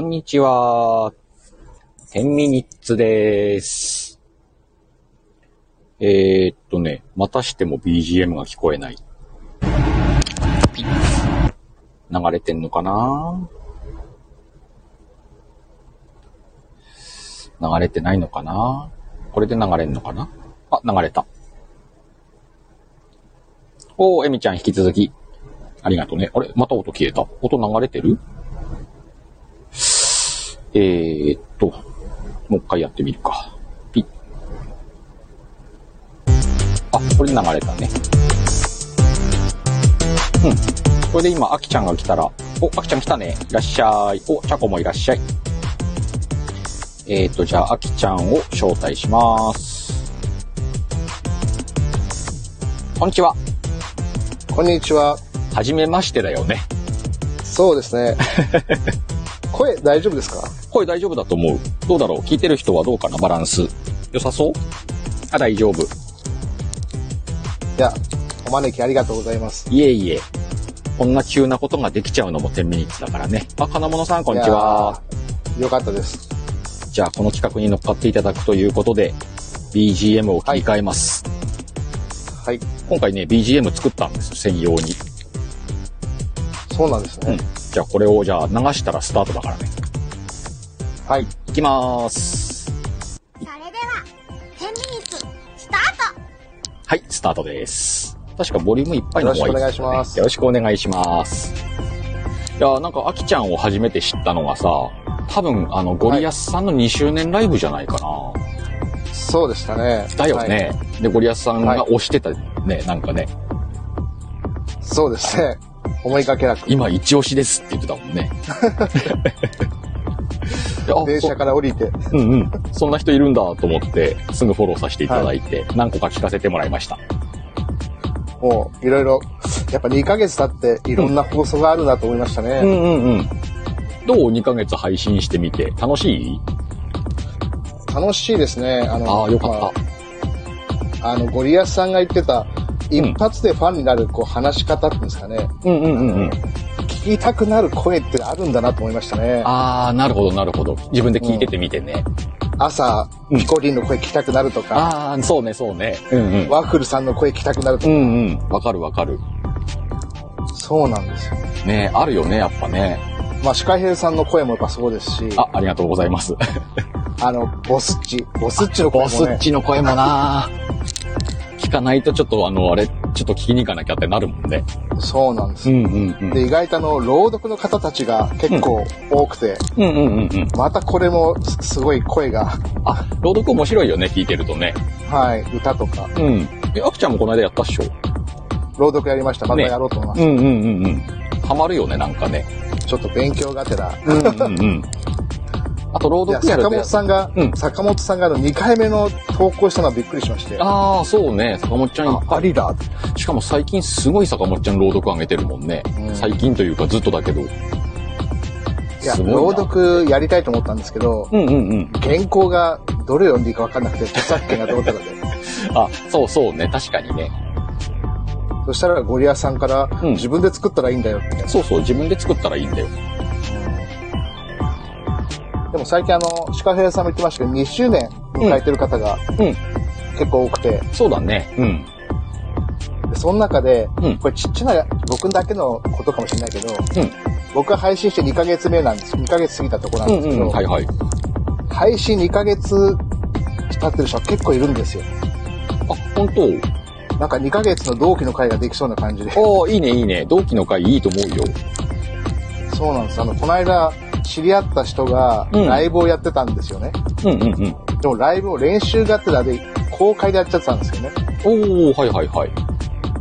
んにちは。10ミニッツでーす。えー、っとね、またしても BGM が聞こえない。流れてんのかな流れてないのかなこれで流れんのかなあ、流れた。おー、エミちゃん引き続き。ありがとうね。あれまた音消えた音流れてるえー、っと、もう一回やってみるか。ピッ。あ、これ流れたね。うん。これで今、アキちゃんが来たら、お、アキちゃん来たね。いらっしゃい。お、チャコもいらっしゃい。えー、っと、じゃあ、アキちゃんを招待します。こんにちは。こんにちは。はじめましてだよね。そうです ね。声大丈夫ですか声大丈夫だと思う。どうだろう聞いてる人はどうかなバランス。良さそうあ、大丈夫。いや、お招きありがとうございます。いえいえ。こんな急なことができちゃうのも10ミニッツだからね。あ、金物さん、こんにちは。いやー。よかったです。じゃあ、この企画に乗っかっていただくということで、BGM を切り替えます。はい。今回ね、BGM 作ったんです、専用に。そうなんですうねん。。じゃあ、これを、じゃあ、流したらスタートだからね。はい。いきまーす。それでは、10ミニッツ、スタートはい、スタートです。確かボリュームいっぱいの方がいいですよね、よろしくお願いしますよろしくお願いします。いやーなんか、アキちゃんを初めて知ったのがさ、多分、あの、ゴリアスさんの2周年ライブじゃないかな。そうでしたね。だよはいね。で、ゴリアスさんが押してたね、なんかね、そうですね。思いがけなく。今一押しですって言ってたもん ね。いやあ電車から降りて。そうんうん。そんな人いるんだと思って、すぐフォローさせていただいて、何個か聞かせてもらいました。もう、いろいろ。やっぱ2ヶ月経って、いろんな放送があるなと思いましたうね。んうんうん。どう ?2 ヶ月配信してみて、楽しい楽しいですね。あの、ああ、よかっまああの、ゴリアスさんが言ってた、一発でファンになる、こう、話し方っていうんですかね。た。うんうんうんうん。聞きたくなる声ってあるんだなと思いましたね。ああ、なるほどなるほど。自分で聞いててみてね。朝、ピコリンの声聞きたくなるとか。ああ、そうねそうね。うんうん。ワッフルさんの声聞きたくなるとうか、んうん。わかるわかる。そうなんですよ。ねあるよね、やっぱね。まあ、シカヘルさんの声もやっぱそうですし、ああ、ありがとうございます。の、ボスッチ、ボスッチの声ボも、スね、ッチの声もな聞かないとちょっとあの、あれ、ちょっと聞きに行かなきゃってなるもんね。そうなんですよ。んうんうんで、意外とあの、朗読の方たちが結構多くて、うんうんうんうん。またこれもすすごい声が、あ、朗読面白いよね、聞いてるとね。はい、歌とか、うん。え、あくちゃんもこの間やったっしょ朗読やりました。またねやろうと思いまんす。うんうんうん。ハマるよね、なんかね。ちょっと勉強がてら。うんうんうん。あと、朗 いや、読やる坂で本。さんが、うん坂本さんがあの、2回目の投稿したのはびっくりしまして、ああ、そうね。坂本ちゃんいっぱいありだ。しかも最近すごい坂本ちゃん朗読上げてるもんね。うん最近というかずっとだけど。いや、すごいな朗読やりたいと思ったんですけど、うんうんうん。原稿がどれ読んでいいか分かんなくて、著作権がどうとかで。あ、そうそうね。確かにね。そしたらゴリアスさんから、うん自分で作ったらいいんだよって。そうそう。自分で作ったらいいんだよ。でも最近あの、シカヘラさんも言ってましたけど、2周年迎えてる方がうん。結構多くて、そうだね。うん。でその中で、うんこれちっちゃな僕だけのことかもしれないけど、ん僕が配信して2ヶ月目なんです。2ヶ月過ぎたところなんですけど、はいはい。配信2ヶ月経ってる人は結構いるんですよ。あ、本当なんか2ヶ月の同期の会ができそうな感じで。ああ、いいねいいね。同期の会いいと思うよ。そうなんです。あの、この間、知り合った人がうんライブをやってたんですよね。うんうんうん。でもライブを練習がてらで公開でやっちゃってたんですよね。おおはいはいはい。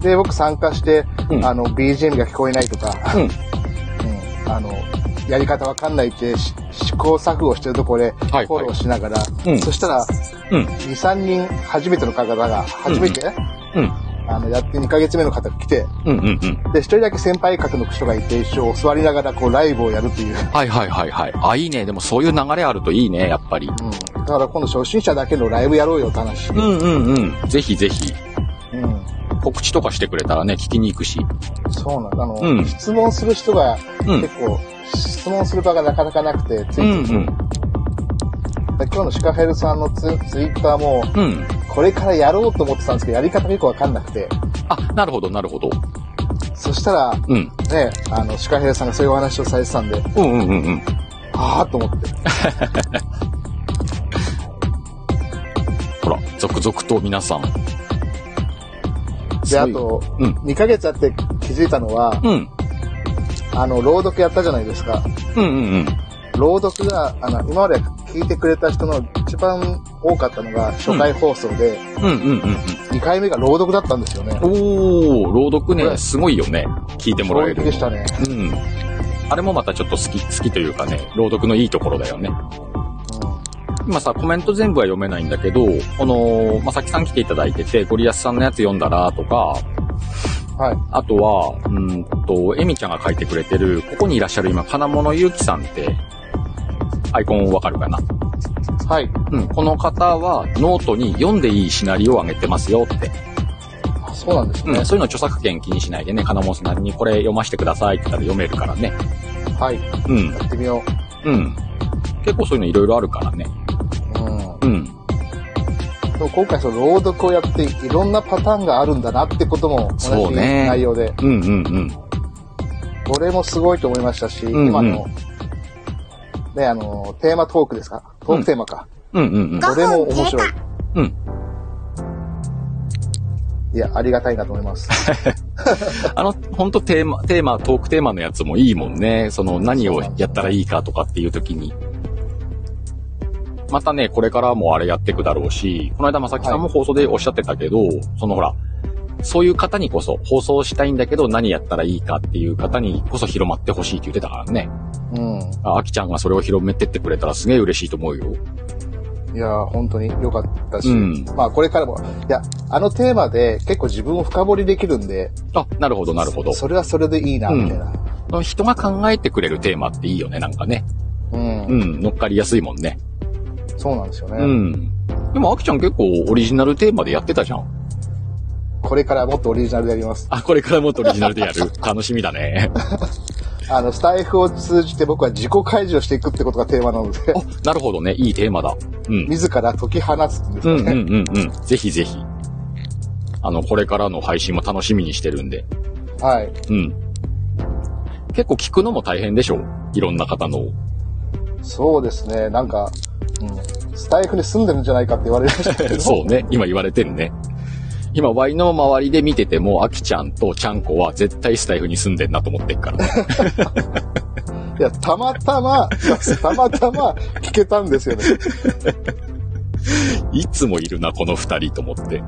で、僕参加して、うんあの、BGM が聞こえないとか、うん。うん、あの、やり方わかんないってし試行錯誤してるところでフはいォローしながら、うんそしたら、うん。 2、3人初めての方が、初めて、うん。あの、やって2ヶ月目の方が来て、うんうんうん。で、一人だけ先輩格の人がいて、一緒座りながらこうライブをやるという。はいはいはいはい。あ、いいね。でもそういう流れあるといいね、やっぱり。うん、だから今度初心者だけのライブやろうよって話。うんうんうん。ぜひぜひ。うん。告知とかしてくれたらね、聞きに行くし。そうなんだ。あの、うん質問する人がうん結構、質問する場がなかなかなくて、つういんうん。今日のシカヘルさんのツツイッターも、うん。これからやろうと思ってたんですけど、やり方がよくわかんなくて、あ、なるほど、なるほど。そしたら、うん。ね、あの、シカヘルさんがそういうお話をされてたんで、うんうんうんうん。あーと思って。ほら、続々と皆さん。で、そあういうと、うん。 2ヶ月あって気づいたのは、うん。あの、朗読やったじゃないですか。うんうんうん。朗読が、あの、今まで聞いてくれた人の一番多かったのが初回放送で、うんうんうん2回目が朗読だったんですよね。うん。おー、朗読こね、れすごいよね。聞いてもらえ衝撃るで。したね。うん。あれもまたちょっと好き、好きというかね、朗読のいいところだよね。今さ、コメント全部は読めないんだけど、この、まさきさん来ていただいてて、ゴリアスさんのやつ読んだらとか、うん、はい。あとは、うーんと、エミちゃんが書いてくれてる、ここにいらっしゃる今、金物ゆうきさんって、アイコンわかるかなはい。うん、この方は、ノートに読んでいいシナリオをあげてますよって。あそうなんですうねん、。そういうの著作権気にしないでね、金物さんにこれ読ませてくださいって言ったら読めるからね。はい。うん、やってみようん。結構そういうのいろいろあるからね。う。うん。うん。でも今回その朗読をやっていろんなパターンがあるんだなってことも同そうじね内容で、うんうんうん。これもすごいと思いましたし、んうん今の、ね、あの、テーマトークですかトークテーマか。うんうんうん。これも面白い。うん。いや、ありがたいなと思います。あの、ほんとテーマ、テーマ、トークテーマのやつもいいもんね。その、何をやったらいいかとかっていう時に。またね、これからもあれやっていくだろうし、この間まさきさんも放送でおっしゃってたけど、そのほら、そういう方にこそ、放送したいんだけど何やったらいいかっていう方にこそ広まってほしいって言ってたからね。うん。あ、あきちゃんがそれを広めてってくれたらすげえ嬉しいと思うよ。いや、本当に良かったし、うんまあこれからも、いや、あのテーマで結構自分を深掘りできるんで、あ、なるほど、なるほど。それはそれでいいな、みたいな。人が考えてくれるテーマっていいよね、なんかね。うん。うん、乗っかりやすいもんね。そうなんですよね。うん。でも、あきちゃん結構オリジナルテーマでやってたじゃん。これからもっとオリジナルでやります。あ、これからもっとオリジナルでやる。 楽しみだね。あの、スタイフを通じて僕は自己開示をしていくってことがテーマなのであ、、なるほどね。いいテーマだ。うん。 自ら解き放つんですうんうよんね。うんうん。ぜひぜひ。あの、これからの配信も楽しみにしてるんで。はい。うん。結構聞くのも大変でしょいろんな方の。そうですね。なんか、うん、スタイフに住んでるんじゃないかって言われました けど。そうね。今言われてるね。今、ワイの周りで見てても、あきちゃんとちゃんこは絶対スタイフに住んでんなと思ってっから。いや、たまたま、 たまたま聞けたんですよね。いつもいるな、この二人と思って。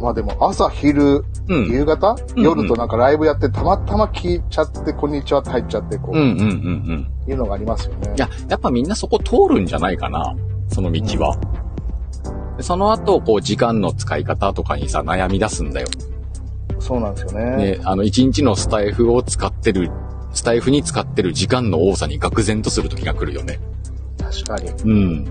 まあでも、朝、昼、うん夕方、うん夜となんかライブやって、たまたま聞いちゃって、こんにちはって入っちゃって、こうう、んうんうんうん。いうのがありますよねい。や、やっぱみんなそこ通るんじゃないかな。その道は。でその後、こう、時間の使い方とかにさ、悩み出すんだよ。そうなんですよね。ね、あの、一日のスタイフを使ってる、スタイフに使ってる時間の多さに愕然とする時が来るよね。確かに。うん。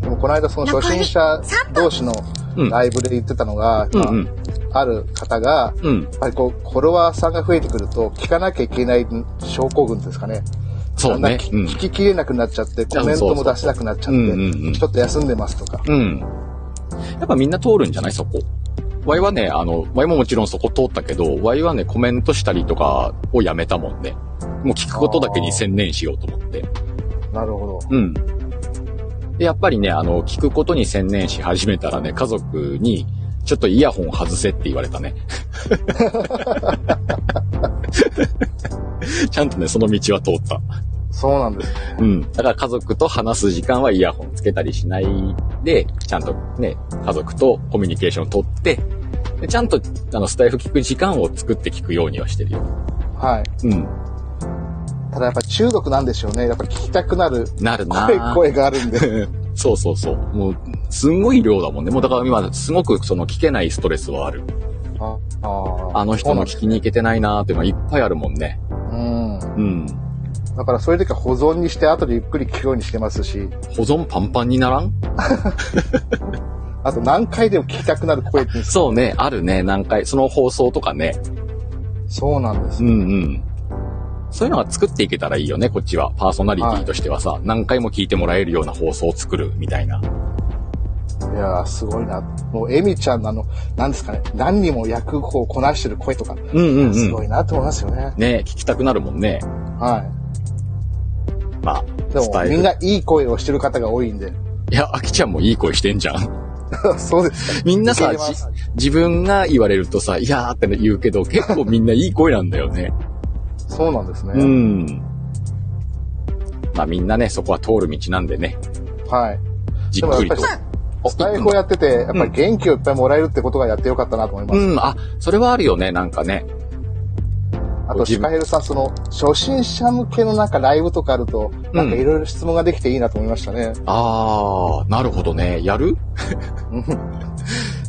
でもこの間その初心者同士のうんライブで言ってたのが、うんまあうん。ある方が、うん。やっぱりこう、フォロワーさんが増えてくると、聞かなきゃいけない症候群ですかね。そうだんねだ。んうん。聞ききれなくなっちゃって、そうコメントも出せなくなっちゃっそうそううんうんうんて、ちょっと休んでますとか。うん。やっぱみんな通るんじゃないそこ。ワイはね、あの、ワイももちろんそこ通ったけど、ワイはね、コメントしたりとかをやめたもんね。もう聞くことだけに専念しようと思って。なるほど。うん。で、やっぱりね、あの、聞くことに専念し始めたらね、家族に、ちょっとイヤホン外せって言われたね。ちゃんとね、その道は通った。そうなんです。うん。だから家族と話す時間はイヤホンつけたりしないで、ちゃんとね、家族とコミュニケーションを取って、でちゃんと、あの、スタイフ聞く時間を作って聞くようにはしてるよ。はい。うん。ただやっぱ中毒なんでしょうね。やっぱ聞きたくなるなるなぁ声、声があるんで。 そうそうそう。もう、すんごい量だもんね。もうだから今、すごくその聞けないストレスはある。ああの人の聞きに行けけ。てないなーっていうのはいっぱいあるもんね。うん。うん。だからそういう時は保存にして、後でゆっくり聞くようにしてますし、保存パンパンにならんあと何回でも聞きたくなる声って、そうね、あるね、何回、その放送とかね。そうなんですう。んうん。そういうのが作っていけたらいいよね、こっちは。パーソナリティとしてはさ、何回も聞いてもらえるような放送を作るみたいな。いやー、すごいな。もう、エミちゃんのあの、なんですかね、何にも役をこなしてる声とか、うんうんすうごん。いなと思いますよね。ね聞きたくなるもんね。はまあ、い。でも、伝えるみんないい声をしてる方が多い んで。いや、あきちゃんもいい声してんじゃん。そうですみんなさ、受け入れまじす自分が言われるとさ、いやーって言うけど、結構みんないい声なんだよね。か。そうなんですうね。ん。まあみんなね、そこは通る道なんでね、はい。じっくりとでも。やっおスタイフをやってて、やっぱり元気をいっぱいもらえるってことがやってよかったなと思います。うん、あ、それはあるよね、なんかね。あと、シカヘルさん、その、初心者向けのなんかライブとかあると、なんかいろいろ質問ができていいなと思いましたね。あー、なるほどね。や るうん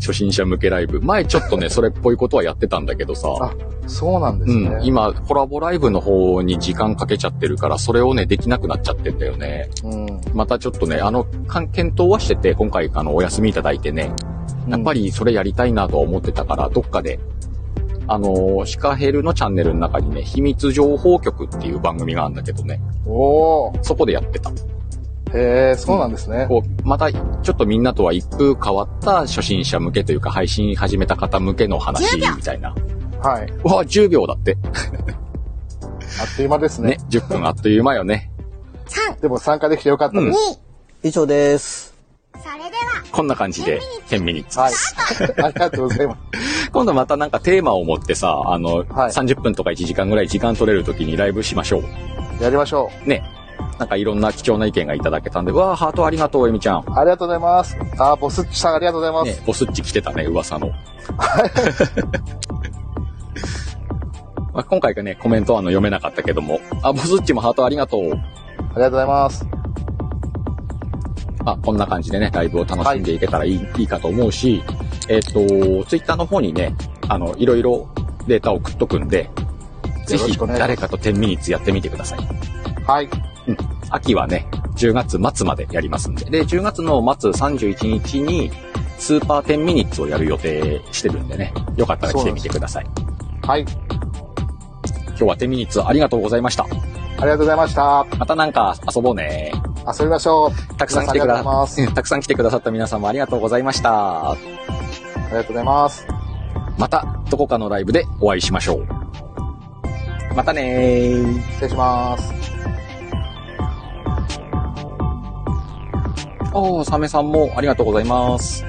初心者向けライブ。前ちょっとね、それっぽいことはやってたんだけどさ。あそうなんですうね。ん、今、コラボライブの方に時間かけちゃってるから、それをね、できなくなっちゃってんだよね。うん。またちょっとね、あの、かん検討はしてて、今回、あの、お休みいただいてね、やっぱりそれやりたいなとは思ってたから、どっかで、あのーシカヘルのチャンネルの中にね、秘密情報局っていう番組があるんだけどね、おー。そこでやってた。へえ、そうなんですね。こう、また、ちょっとみんなとは一風変わった初心者向けというか、配信始めた方向けの話みたいな。はい。うわ、10秒だって。あっという間ですねね、10分あっという間よね。 3、でも参加できてよかったうでんす。 2、以上です。それでは、こんな感じで、10ミニッツ。はい。 ありがとうございます。今度またなんかテーマを持ってさ、あの、はい30分とか1時間ぐらい時間取れる時にライブしましょう。やりましょね。なんかいろんな貴重な意見がいただけたんで、うわーハートありがとう、えみちゃんう。。ありがとうございます。あー、ボスッチさんありがとうございまねす。、ボスっち来てたね、噂 の。まあ今回がね、コメントはあの読めなかったけども、あ、ボスっちもハートありがとう。ありがとうございます。まあ、こんな感じでね、ライブを楽しんでいけたらいい,、い、いかと思うし、えっ、と、ツイッターの方にね、あの、いろいろデータを送っとくんで、ぜよろひしくお願いします誰かと10ミニッツやってみてください。はい。秋はね、10月末までやりますんで。で、10月の末31日に、スーパー10ミニッツをやる予定してるんでね、よかったら来てみてください。はい。今日は10ミニッツありがとうございました。ありがとうございました。またなんか遊ぼうね。遊びましょう。たくさん来て皆くあだりがとうございます。たくさん来てくださった皆さんもありがとうございました。ありがとうございます。またどこかのライブでお会いしましょう。またねー。失礼します。ああ、サメさんもありがとうございます。